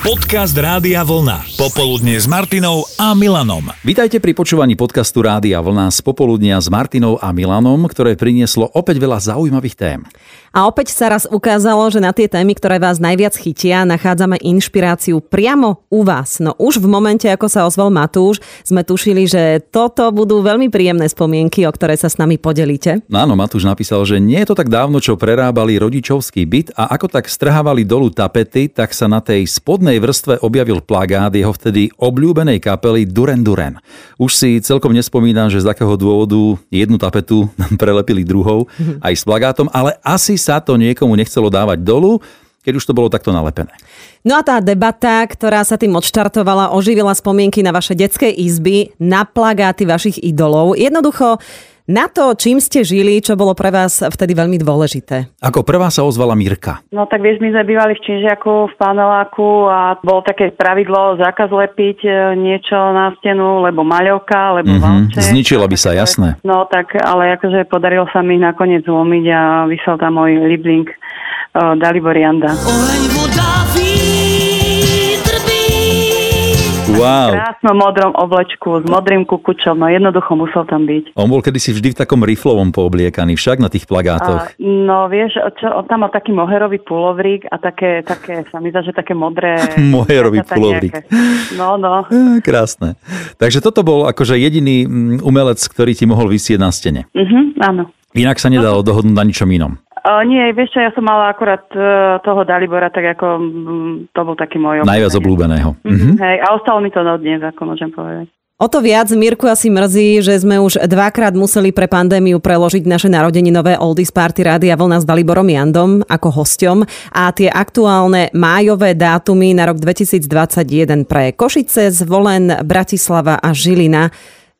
Podcast Rádia Vlna. Popoludne s Martinou a Milanom. Vítajte pri počúvaní podcastu Rádia Vlna z popoludnia s Martinou a Milanom, ktoré prinieslo opäť veľa zaujímavých tém. A opäť sa raz ukázalo, že na tie témy, ktoré vás najviac chytia, nachádzame inšpiráciu priamo u vás. No už v momente, ako sa ozval Matúš, sme tušili, že toto budú veľmi príjemné spomienky, o ktoré sa s nami podelíte. No áno, Matúš napísal, že nie je to tak dávno, čo prerábali rodičovský byt a ako tak strhávali dolu tapety, tak sa na tej spodnej vrstve objavil plagát jeho vtedy obľúbenej kapely Duren Duren. Už si celkom nespomínam, že z takého dôvodu jednu tapetu prelepili druhou aj s plagátom, ale asi sa to niekomu nechcelo dávať dolu, keď už to bolo takto nalepené. No a tá debata, ktorá sa tým odštartovala, oživila spomienky na vaše detské izby, na plagáty vašich idolov. Jednoducho na to, čím ste žili, čo bolo pre vás vtedy veľmi dôležité. Ako prvá sa ozvala Mirka. No tak vieš, my sme bývali v Činžiaku, v paneláku a bolo také pravidlo zákaz lepiť e, niečo na stenu, lebo maľovka, lebo Mhm. mm-hmm. Zničila by sa, jasné. No tak, ale akože podarilo sa mi ich nakoniec zlomiť a vysel tam môj libling e, Dalibor Janda. Oheň, voda, vítr bí. Wow. Krásno modrom oblečku s modrým kukučom, no jednoducho musel tam byť. On bol kedysi vždy v takom riflovom poobliekaný, však na tých plagátoch. A, no vieš, čo, on tam mal taký moherový pulovrík a také, také, sa mi zdá, že také modré... Moherový nejaké- pulovrík. No, no. Á, Krásne. Takže toto bol akože jediný mm, umelec, ktorý ti mohol vysieť na stene. Mhm, áno. Inak sa nedalo dohodnúť na ničom inom. O, nie, vieš čo, ja som mala akurát e, toho Dalibora, tak ako mm, to bol taký môj Najviac obľúbeného. Mm-hmm. Hej, a ostalo mi to na dnes, ako môžem povedať. O to viac Mirku asi mrzí, že sme už dvakrát museli pre pandémiu preložiť naše narodeninové Oldies Party Rádia Vlna s Daliborom Jandom ako hosťom a tie aktuálne májové dátumy na rok 2021 pre Košice, Zvolen, Bratislava a Žilina.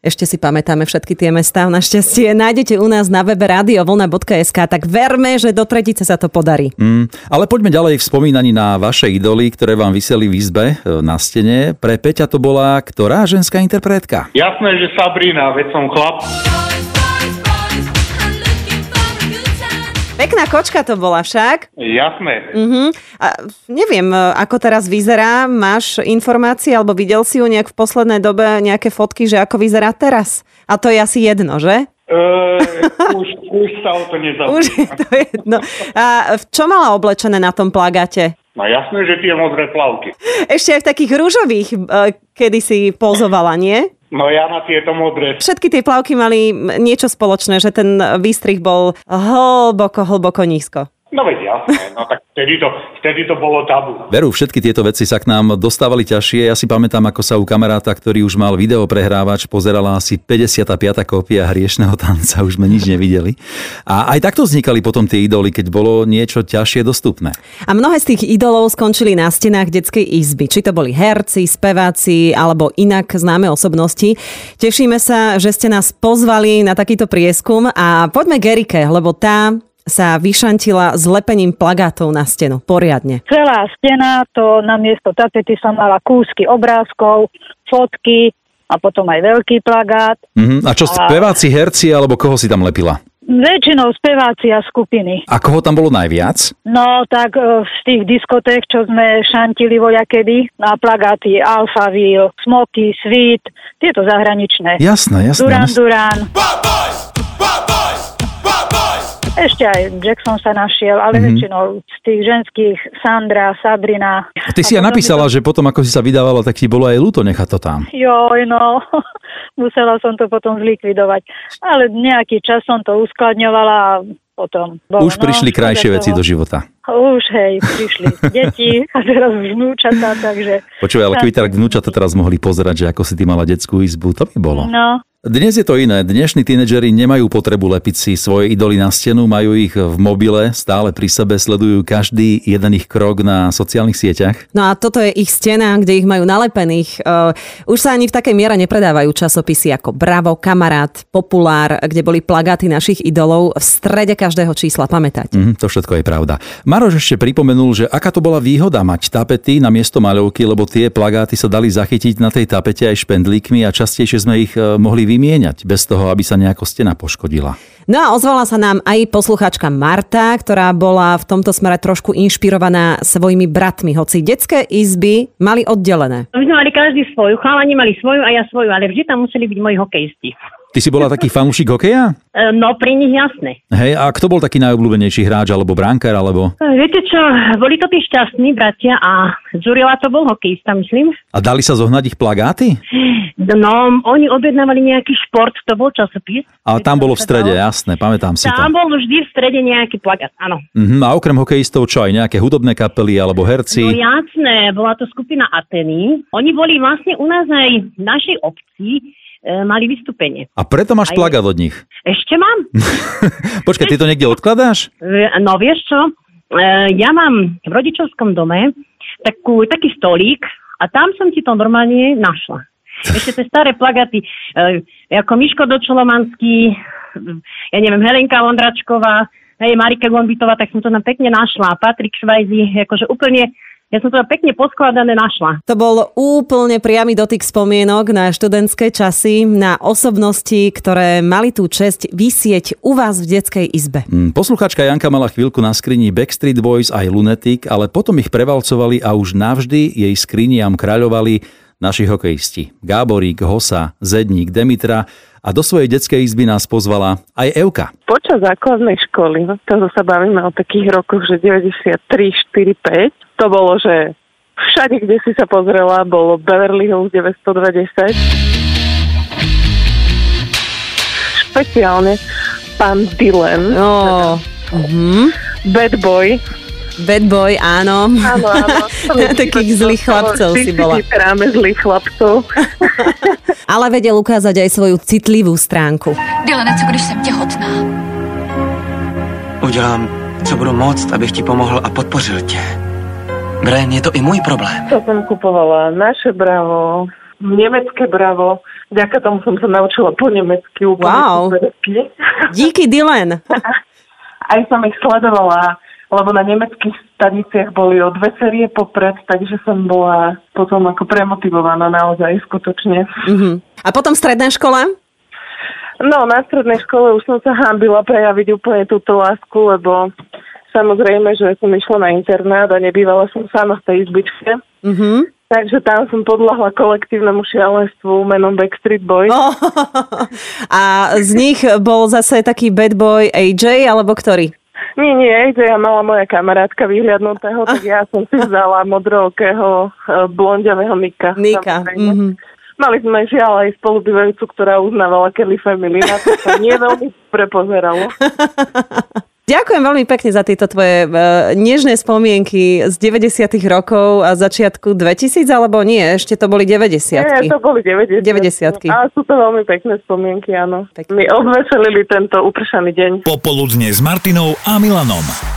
Ešte si pamätáme všetky tie mestá, našťastie. Nájdete u nás na webe radiovlna.sk, tak verme, že do tretice sa to podarí. Mm, ale poďme ďalej v spomínaní na vaše idoly, ktoré vám vyseli v izbe e, na stene. Pre Peťa to bola ktorá ženská interpretka? Jasné, že Sabrina, veď som chlap. Boys, boys, boys, I'm looking for a good time. Pekná kočka to bola však. Jasné. Uh-huh. A neviem, e, ako teraz vyzerá. Máš informácie, alebo videl si ju nejak v poslednej dobe nejaké fotky, že ako vyzerá teraz? A to je asi jedno, že? E, už, už sa o to nezaujíma. Už je to jedno. A v čo mala oblečené na tom plagáte? No jasné, že tie modré plavky. Ešte aj v takých rúžových, e, kedy si pozovala, nie? No ja na tieto modré. Všetky tie plavky mali m, niečo spoločné, že ten výstrih bol hlboko, hlboko nízko. No veď jasné, no tak vtedy to, vtedy to bolo tabu. Veru, všetky tieto veci sa k nám dostávali ťažšie. Ja si pamätám, ako sa u kamaráta, ktorý už mal videoprehrávač, pozerala asi 55. kópia hriešného tanca, už sme nič nevideli. A aj takto vznikali potom tie idoly, keď bolo niečo ťažšie dostupné. A mnohé z tých idolov skončili na stenách detskej izby. Či to boli herci, speváci alebo inak známe osobnosti. Tešíme sa, že ste nás pozvali na takýto prieskum a poďme k Erike, lebo tá sa vyšantila s lepením plagátov na stenu. Poriadne. celá stena, to na miesto tapety som mala kúsky obrázkov, fotky a potom aj veľký plagát. Mhm. A čo, speváci, herci, alebo koho si tam lepila? Väčšinou spevácia skupiny. A koho tam bolo najviac? No tak e, z tých diskoték, čo sme šantili vojakedy, na plagáty Alphaville, Smoky, Sweet, tieto zahraničné. Jasné, jasné. Duran No, Duran, ešte aj Jackson sa našiel, ale Mhm. mm-hmm. väčšinou z tých ženských Sandra, Sabrina. Ty si A potom ja mi napísala, že potom ako si sa vydávala, tak ti bolo aj ľúto nechať to tam. Joj, no, musela som to potom zlikvidovať. Ale nejaký čas som to uskladňovala a potom... Bolo, Už prišli no, krajšie do veci toho. do života. Už, hej, prišli deti a teraz už vnúčatá, takže... Počúvaj, ale keby tak vnúčata teraz mohli pozerať, že ako si ty mala detskú izbu, to by bolo. No, Dnes je to iné. Dnešní tínedžeri nemajú potrebu lepiť si svoje idoly na stenu, majú ich v mobile, stále pri sebe, sledujú každý jeden ich krok na sociálnych sieťach. No a toto je ich stena, kde ich majú nalepených. Eh, Už sa ani v takej miere nepredávajú časopisy ako Bravo, Kamarát, Populár, kde boli plagáty našich idolov v strede každého čísla, pamätať. Mhm, to všetko je pravda. Maroš ešte pripomenul, že aká to bola výhoda mať tapety na miesto maľovky, lebo tie plagáty sa dali zachytiť na tej tapete aj špendlíkmi a častejšie sme ich e, mohli vymieňať bez toho, aby sa nejako stena poškodila. No a ozvala sa nám aj posluchačka Marta, ktorá bola v tomto smere trošku inšpirovaná svojimi bratmi, hoci detské izby mali oddelené. My sme mali každý svoju, chalani mali svoju a ja svoju, ale vždy tam museli byť moji hokejisti. Ty si bola taký fanúšik hokeja? E, No pri nich jasné. Hej, a kto bol taký najobľúbenejší hráč, alebo brankár, alebo... E, Viete čo, boli to tí šťastní bratia a Zurila to bol hokejista, myslím. A dali sa zohnať ich plagáty? No, oni objednávali nejaký šport, to bol časopis. A tam bolo v strede, jasné, pamätám si to. Tam bol vždy v strede nejaký plagát, áno. Mhm, a okrem hokejistov čo, aj nejaké hudobné kapely alebo herci? No jasné, bola to skupina Ateny. Oni boli vlastne u nás aj v našej obci, e, mali vystúpenie. A preto máš Aj- plagát od nich. Ešte mám? Počkaj, ty to niekde odkladáš? E, No vieš čo, e, ja mám v rodičovskom dome takú, taký stolík a tam som ti to normálne našla. Ešte tie staré plagaty, e, ako Miško Dočolomanský, ja neviem, Helenka Vondračková, hej, Marika Gombitová, tak som to tam pekne našla. Patrik Švajzi, akože úplne, ja som to tam pekne poskladané našla. To bol úplne priamy dotyk spomienok na študentské časy, na osobnosti, ktoré mali tú česť vysieť u vás v detskej izbe. Mm, Poslucháčka Janka mala chvíľku na skrini Backstreet Boys aj Lunatic, ale potom ich prevalcovali a už navždy jej skriniam kráľovali naši hokejisti. Gáborík, Hosa, Zedník, Demitra a do svojej detskej izby nás pozvala aj Euka. Počas základnej školy, no, to sa bavíme o takých rokoch, že 93, 4, 5, to bolo, že všade, kde si sa pozrela, bolo Beverly Hills 920. Špeciálne pán Dylan, No, bad boy. bad boy, áno. Áno, áno. Takých zlých chlapcov si bola. Vytráme zlých chlapcov. Ale vedel ukázať aj svoju citlivú stránku. Dylane, co když jsem těhotná? Udělám, co budu moct, abych ti pomohl a podpořil tě. Bren, je to i můj problém. To som kupovala naše bravo, nemecké bravo. Vďaka tomu som sa naučila po nemecky úplne Wow. super. Díky, Dylan. Aj som ich sledovala, lebo na nemeckých staniciach boli o dve série popred, takže som bola potom ako premotivovaná naozaj skutočne. Mhm. A potom stredná škola? No, na strednej škole už som sa hábila prejaviť úplne túto lásku, lebo samozrejme, že som išla na internát a nebývala som sama v tej izbičke. Mhm. Takže tam som podľahla kolektívnemu šialenstvu menom Backstreet Boys. Oh, a z nich bol zase taký bad boy AJ, alebo ktorý? Nie, nie, to ja mala moja Ah. kamarátka vyhliadnutého, tak ja som si vzala modrookého eh, blondiavého Nika. Nika. samozrejme. Mhm. Mali sme žiaľ aj spolubývajúcu, ktorá uznávala Kelly Family, na to sa nie veľmi prepozeralo. Ďakujem veľmi pekne za tieto tvoje e, nežné spomienky z 90. rokov a začiatku 2000, alebo nie, ešte to boli 90. Nie, to boli 90. 90-ky. Ale sú to veľmi pekné spomienky, áno. Pekné. Mi obveselili tento upršaný deň. Popoludne s Martinou a Milanom.